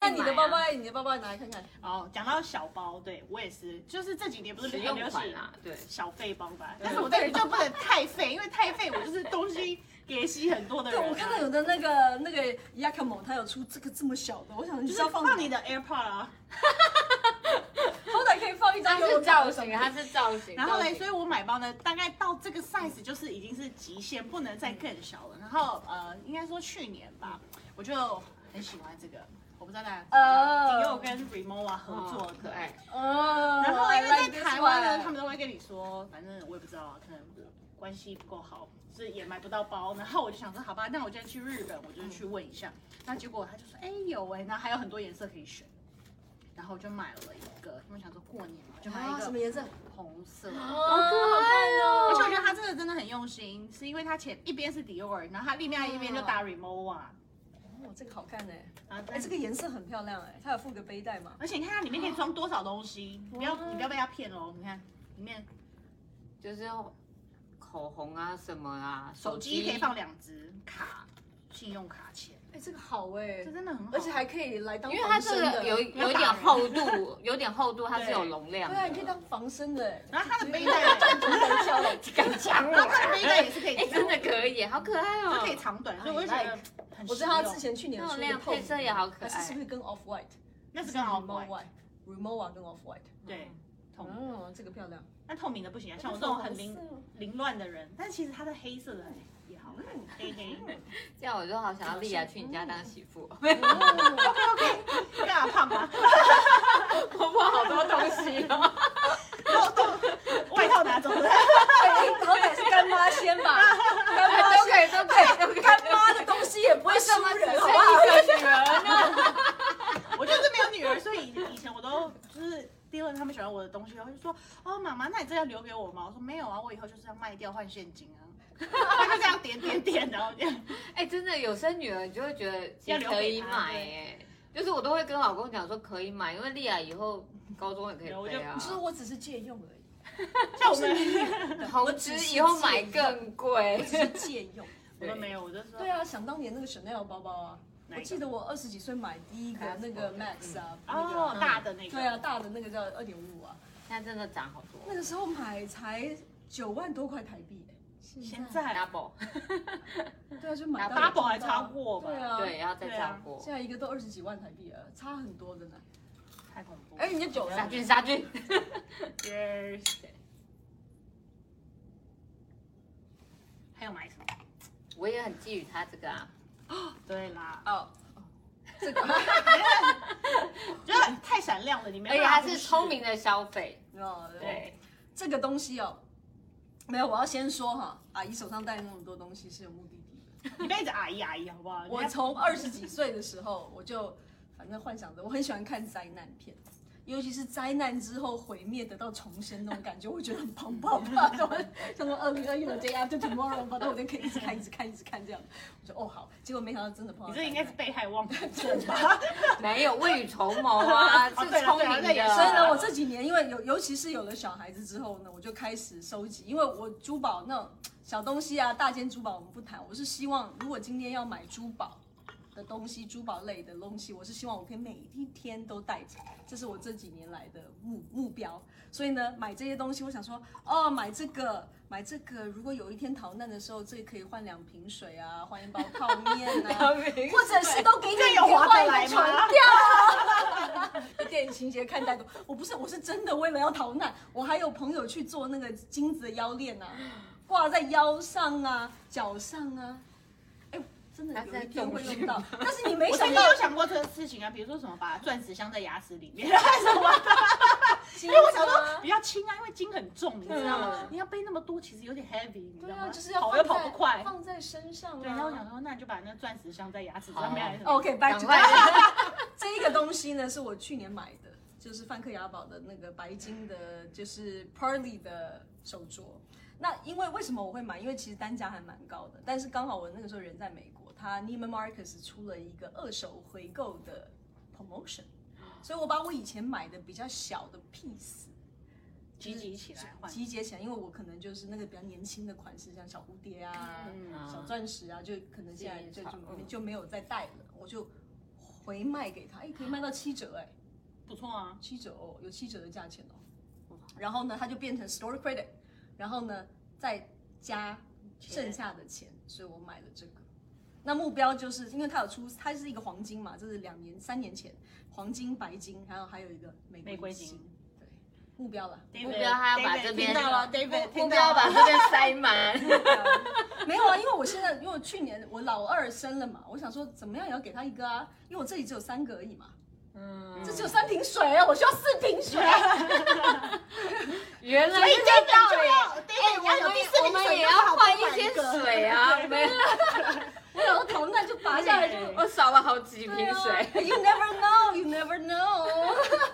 那你的包包买啊，你的包包拿来看看。哦，讲到小包，对我也是，就是这几年不是实很用流款啊行啦，对，小费包吧？但是我这个人就不能太费，因为太费我就是东西给吸很多的对，人啊。我看到有的那个那个 Yakumo，它有出这个这么小的，我想你就是是要放放你的 AirPod 啊，好歹可以放一张它给我看是造的手型，机。它是造型。然后造嘞，型所以我买包呢，大概到这个 size 就是已经是极限，不能再更小了。然后呃，应该说去年吧，我就很喜欢这个，我不知道大家知不知道，哦迪奥跟 Remova 合作哦可的，爱。哦，然后 I 因为在 like this 台湾呢， one 他们都会跟你说，反正我也不知道啊，可能关系不够好，所以也买不到包。然后我就想说，好吧，那我今天去日本，我就去问一下。那结果他就说，哎有哎、然后还有很多颜色可以选。然后我就买了一个，因为想说过年嘛，就买啊什么一啊个颜色？红色。哦好看而且我哦！觉得他这个真的很用心，是因为他前一边是 Dior，然后他另外一边就打 Remova，哦，这个好看哎，然后啊哎，这个颜色很漂亮哎，它有附个背带嘛？而且你看它里面可以装多少东西，你不要你不要被他骗哦，你看里面就是口红啊什么啊，手机可以放两只卡，信用卡钱，哎，这个好哎这，真的很好，而且还可以来当因为它防这身个的，有对有一点厚度，有点厚度，它是有容量的。啊，你可以当防身的哎。然后它的背带，啊然就是 很哦小的 敢抢后它的背带也是可以，哎，真的可以，好可爱就哦！可以长短，所以我就觉得很哎我知道他之前去年出漂的亮，透配色也明，好可可是是爱不。是跟 Off White？那是更好买， Remova 跟 Off White。对，嗯透明，哦，这个漂亮。那透明的不行哎啊，像我这种很凌哦 凌乱的人，但其实它的黑色的哎也好看，嗯 黑黑。这样我就好想要丽雅去你家当媳妇，哦 你干嘛胖吗？婆婆 好多东西哦。外套拿走了，哎好歹是干妈先吧， 干妈都先 可以，都可以，都可以。干妈的东西也不会这伤么只人，生好不好？一个女儿呢？我就是没有女儿，所以以前我都就是。第二，他们喜欢我的东西，然后就说：“哦，妈妈，那你这要留给我吗？”我说：“没有啊，我以后就是要卖掉换现金啊。” 他就这样点点点，然后这样。哎，真的有生女儿，你就会觉得其实可以买哎。就是我都会跟老公讲说可以买，因为丽雅以后高中也可以背啊其。实我只是借用而已，像我们，投资以后买更贵我。只是借用。我们没有，我就 说，对啊，想当年那个 Chanel 包包啊，哪一个我记得我二十几岁买第一个那个 Max 啊，那个哦，大的那个，对啊，，大的那个叫二点五五啊，现在真的涨好多那个时候买才九万多块台币，现在，double，对啊，就买到八宝还超过吧对，啊，对，然后再对啊涨过。现在一个都二十几万台币了，差很多的呢。太恐怖。哎，你就九杀了，菌杀菌， Yes 还有买什么？我也很觊觎他这个啊。对啦，哦， 这个， 就是太闪亮了，你没而哎有。且他是聪，明的消费，哦，对，对，这个东西哦，没有，我要先说哈，阿姨手上带那么多东西是有目的地的。你不要一直阿姨阿姨好不好？我人家从二十几岁的时候，我就反正幻想着，我很喜欢看灾难片。尤其是灾难之后毁灭得到重生那种感觉，我觉得很棒棒吧。什么像说二零二一的 Day After Tomorrow，反正我就可以一直看、一直看、一直看这样。我说哦好，结果没想到真的碰到你灾这难。应该是被害妄想症吧？没有未雨绸缪啊，是哦对了聪明对了那也的。，是所以呢，我这几年因为有，尤其是有了小孩子之后呢，我就开始收集，因为我珠宝那种小东西啊，大件珠宝我们不谈，我是希望如果今天要买珠宝的东西，珠宝类的东西，我是希望我可以每一天都带着，这是我这几年来的目目标。所以呢，买这些东西，我想说，哦，买这个，买这个，如果有一天逃难的时候，这可以换两瓶水啊，换一包泡面啊或者是都给你这有划得来吗换一个船票。 电影情节看太多，我不是，我是真的为了要逃难，我还有朋友去做那个金子的腰链啊，挂在腰上啊、脚上啊，哎，真的有一天会用到，但是你没我想曾经到有想过这个事情啊，比如说什么把钻石镶在牙齿里 面，什么金子啊，因为我想说比较轻啊，因为筋很重，你知道吗嗯？你要背那么多，其实有点 heavy，你知对道吗？啊，就是要跑放又在跑不快。放在身上对，然后我啊。想说，那你就把那钻石镶在牙齿上面还是什么。 OK，back 赶 to 快 back 这一个东西呢，是我去年买的，就是梵克雅宝的那个白金的，就是 Pearly 的手镯。那因为为什么我会买？因为其实单价还蛮高的，但是刚好我那个时候人在美国，他 Neiman Marcus 出了一个二手回购的 promotion，所以我把我以前买的比较小的 piece 集集起来嗯换。集结起来，因为我可能就是那个比较年轻的款式，像小蝴蝶啊、嗯啊小钻石啊，就可能现在就薰衣草就嗯就没有再戴了，我就回卖给他，哎，可以卖到七折，哎，不错 啊，七折哦，有七折的价钱哦。然后呢，它就变成 store credit，然后呢再加剩下的钱，所以我买了这个。那目标就是因为它有出，它是一个黄金嘛，这是两年、三年前黄金、白金，还有还有一个玫玫瑰瑰金金。对，目标啦。目标他要把这边听到了，David，目标把这边塞满。 没有啊，因为我现在因为我去年我老二生了嘛，我想说怎么样也要给他一个啊，因为我这里只有三个而已嘛，嗯，这只有三瓶水啊，我需要四瓶水。 原来是这个道理。哎，我们我们也要换一些水啊，没有，我想说逃难就拔下来就。 我少了好几瓶水。对啊 You never know, you never know。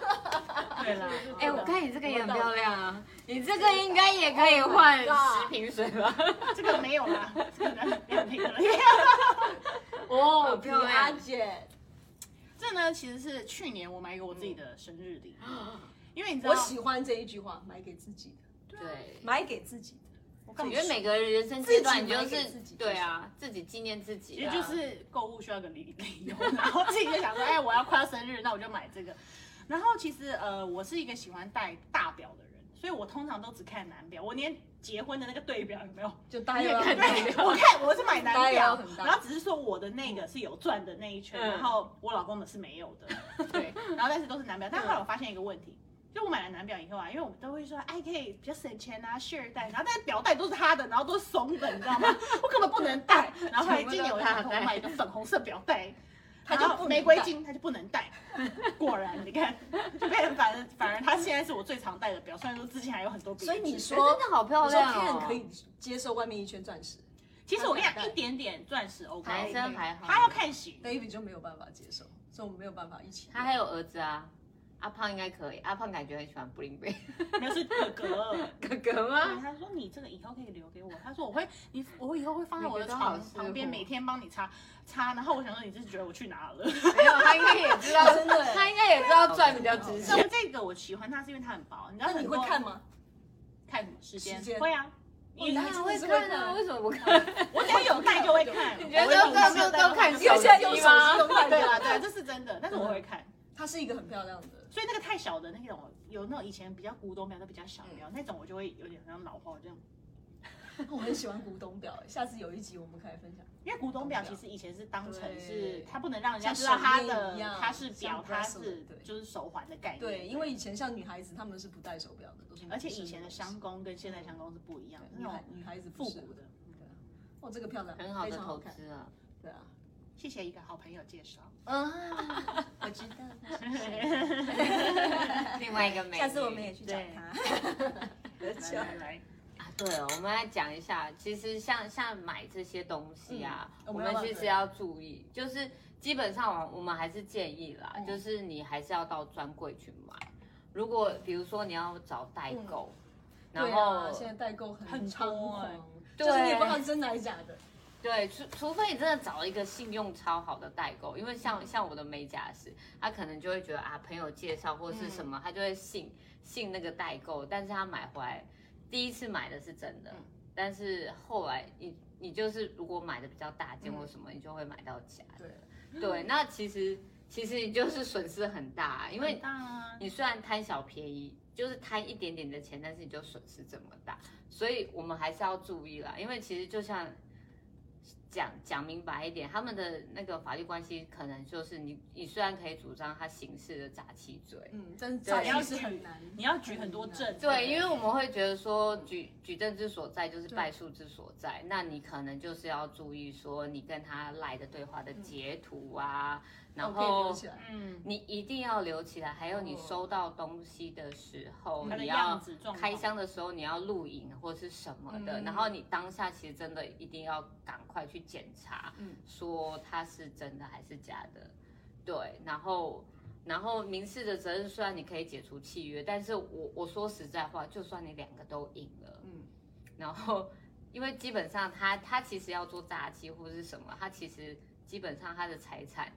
对啦，哎，我看你这个也很漂亮啊，你这个应该也可以换 Oh my god 十瓶水吧？这个没有 啦，这个两瓶了。哦漂亮阿姐，这呢，其实是去年我买给我自己的生日礼，因为你知道，我喜欢这一句话，买给自己的， 对。买给自己的。我干我嘛觉得每个人生阶段，自你己买就给是自己对啊，自己纪念自己其实啊，就是购物需要个理理由， 然后自己就想说，哎，我要快要生日，那我就买这个。然后其实呃，我是一个喜欢戴大表的人，所以我通常都只看男表，我连结婚的那个对表有没有？就大你家也看到对了我看我是买大男家有表很，大然后只是说我的那个是有钻的那一圈，嗯然后我老公的是没有的，对，然后但是都是男嗯表。但后来我发现一个问题。就我买了男表以后啊，因为我们都会说，哎，可以比较省钱啊，share 戴，然后但是表带都是他的，然后都是松的，你知 道吗？我根本不能戴。然后后来今年我就想说我买一个粉红色表带，他就然不能后玫瑰戴金他就不能戴。果然，你看，就变成反而反而他现在是我最常戴的表，虽然说之前还有很多别的所以你只可说是哎真 的好漂我说亮哦 Ken 可以接受外面一圈钻石其实我跟你他没讲，一有戴点点钻石 OK，男生还好，他要看型。 ，David 就没有办法接受，所以我们没有办法一起。他还有儿子啊。阿胖应该可以，阿胖感觉很喜欢布灵贝没有是哥哥。哥哥吗？ 他说你这个以后可以留给我，他说我会你我以后会放在我的每个都好床适合旁边，每天帮你擦擦。然后我想说你是觉得我去哪 了？没有，他应该也知道，真的耶 他应该也知道钻比较值 像钱。这个我喜欢它是因为它很薄，你知道那你很会多看吗？看什么时间时？间会啊，哦因为你还会真的是看啊？看为什么不看？ 我只要有带就会看。你觉得我有带这个没有带都看就因为手现在机用手吗机用快对点，啊对啊，这是真的，但是我会看。它是一个很漂亮 的。所以那个太小的那种，有那种以前比较古董表都比较小表，那种我就会有点像老花这样。哦我很喜欢古董表，下次有一集我们可以来分享。因为古董表其实以前是当成是，它不能让人家像知道它手链的一样它是表，像它 bracelet，是对就是手环的概念。对，因为以前像女孩子她们是不戴手表的，都是哎而且以前的商工跟现在商工是不一样的，女那孩种女孩子复不是。古的。嗯哦，这个漂亮，很好非的常好投看。资啊！对啊，谢谢一个好朋友介 绍，啊，我知道了。另外一个 美女，下次我们也去找她。 来来 来，啊，对哦，我们来讲一下，其实像像买这些东西啊，嗯我我们要们浪其费实要注意，就是基本上我我们还是建议啦，嗯就是你还是要到专柜去买。如果比如说你要找代购，对然啊，后现在代购很哦很猖多狂哎，就是你也不知道真的还是假的。对，除除非你真的找一个信用超好的代购，因为像像我的美甲师，他可能就会觉得啊朋友介绍或是什么，他就会信信那个代购，但是他买回来第一次买的是真的，但是后来你你就是如果买的比较大件或什么，你就会买到假的。对，那其实其实你就是损失很大，因为很大啊，你虽然贪小便宜，就是贪一点点的钱，但是你就损失这么大，所以我们还是要注意啦。因为其实就像讲讲明白一点，他们的那个法律关系可能就是你，你虽然可以主张他刑事的诈欺罪，嗯，但是诈对骗是很难，你要举很多证，对，因为我们会觉得说举举证之所在就是败诉之所在，那你可能就是要注意说你跟他赖的对话的截图啊，然嗯我可以留后起来。嗯，你一定要留起来，还有你哦收到东西的时候，它的你样要子状开况，箱的时候你要录影或是什么的，嗯然后你当下其实真的一定要赶快去检查，嗯说它是真的还是假的，对，然后。然后民事的责任虽然你可以解除契约，但是我我说实在话，就算你两个都赢了，嗯，然后因为基本上他他其实要做诈欺或是什么，他其实基本上他的财产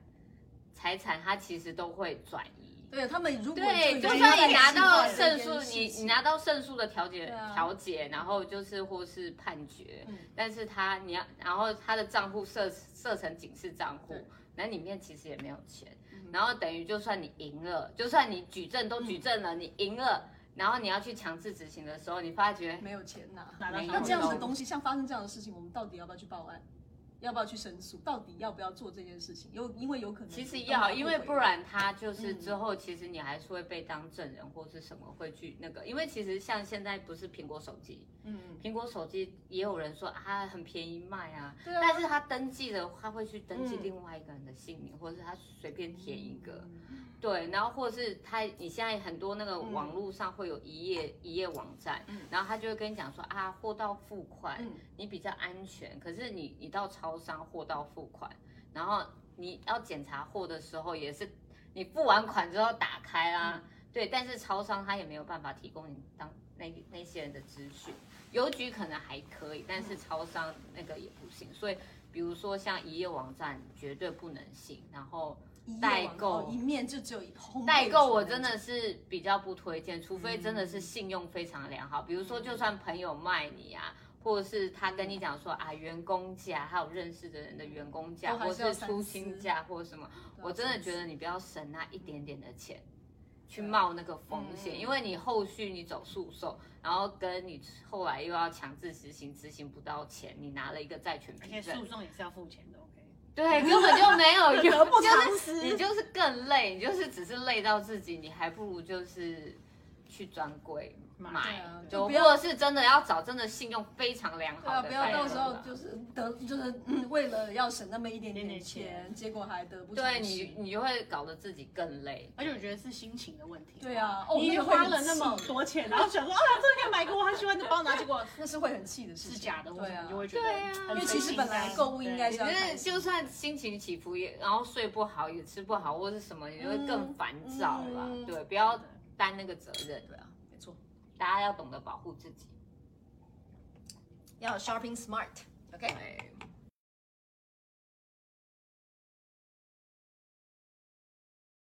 财产他其实都会转移，议。对他们如果对，就有一算个你拿到习惯这胜诉件，事你你情拿到胜诉的调解对啊调解，然后就是或是判决嗯，但是他你要，然后他的账户设设成警示账户对，嗯那里面其实也没有钱，然后等于就算你赢了，就算你举证都举证了，你赢了，然后你要去强制执行的时候，你发觉没有钱拿，拿到没有那这样子的用东西，像发生这样的事情，我们到底要不要去报案？要不要去申诉？到底要不要做这件事情？有因为有可能其实都拿要，不因为回不来然他就是嗯之后，其实你还是会被当证人或是什么会去那个，因为其实像现在不是苹果手机，嗯，苹果手机也有人说啊很便宜卖啊，对啊但是他登记了，他会去登记嗯另外一个人的姓名，或者是他随便填一个，嗯对，然后或者是他你现在很多那个网络上会有一页、一页网站，嗯然后他就会跟你讲说啊货到付款，嗯你比较安全，可是你你到超商货到付款，然后你要检查货的时候也是你付完款之后打开啦、嗯对，但是超商他也没有办法提供你当那那些人的资讯，邮局可能还可以，但嗯是超商那个也不行，所以比如说像一页网站绝对不能信，然后。一页代网购哦一面就只有一红代背购景我那真种的是比较不推荐，除非真的嗯是信用非常良好，比如说就算朋友卖你啊，或者是他跟你讲说啊员工价，还有认识的人的员工价，哦都还或是要是三出思薪价或什么，对啊我真的三啊觉十得你不要省那一点点的钱。去冒那个风险，嗯因为你后续你走诉讼，然后跟你后来又要强制执行，执行不到钱，你拿了一个债权而凭且诉证，讼也是要付钱的，OK。啊对，根本就没有用，得不就是偿失。你就是更累，你就是只是累到自己，你还不如就是去专柜对买，啊就就不或要者是真的要找真的信用非常良对啊，好的不代购要啦。到时候就是得就是、嗯为了要省那么一点点点点钱钱，结果还得不对偿失你，你就会搞得自己更累。而且我觉得是心情的问题。对啊哦你已那经个会花很了那么气多钱，然后想说啊，这个可以买一个我很喜欢的包，然后结果那是会很气的事情，是假的，或对者啊你就，会觉得对啊很因因为不其实心本来安购物应该对是你要觉开得心。就算心情起伏也，然后睡不好也吃不好或是什么，你就会更烦躁啦。嗯嗯对，不要担那个责任，对啊，没错，大家要懂得保护自己。要 shopping smart。OK，对，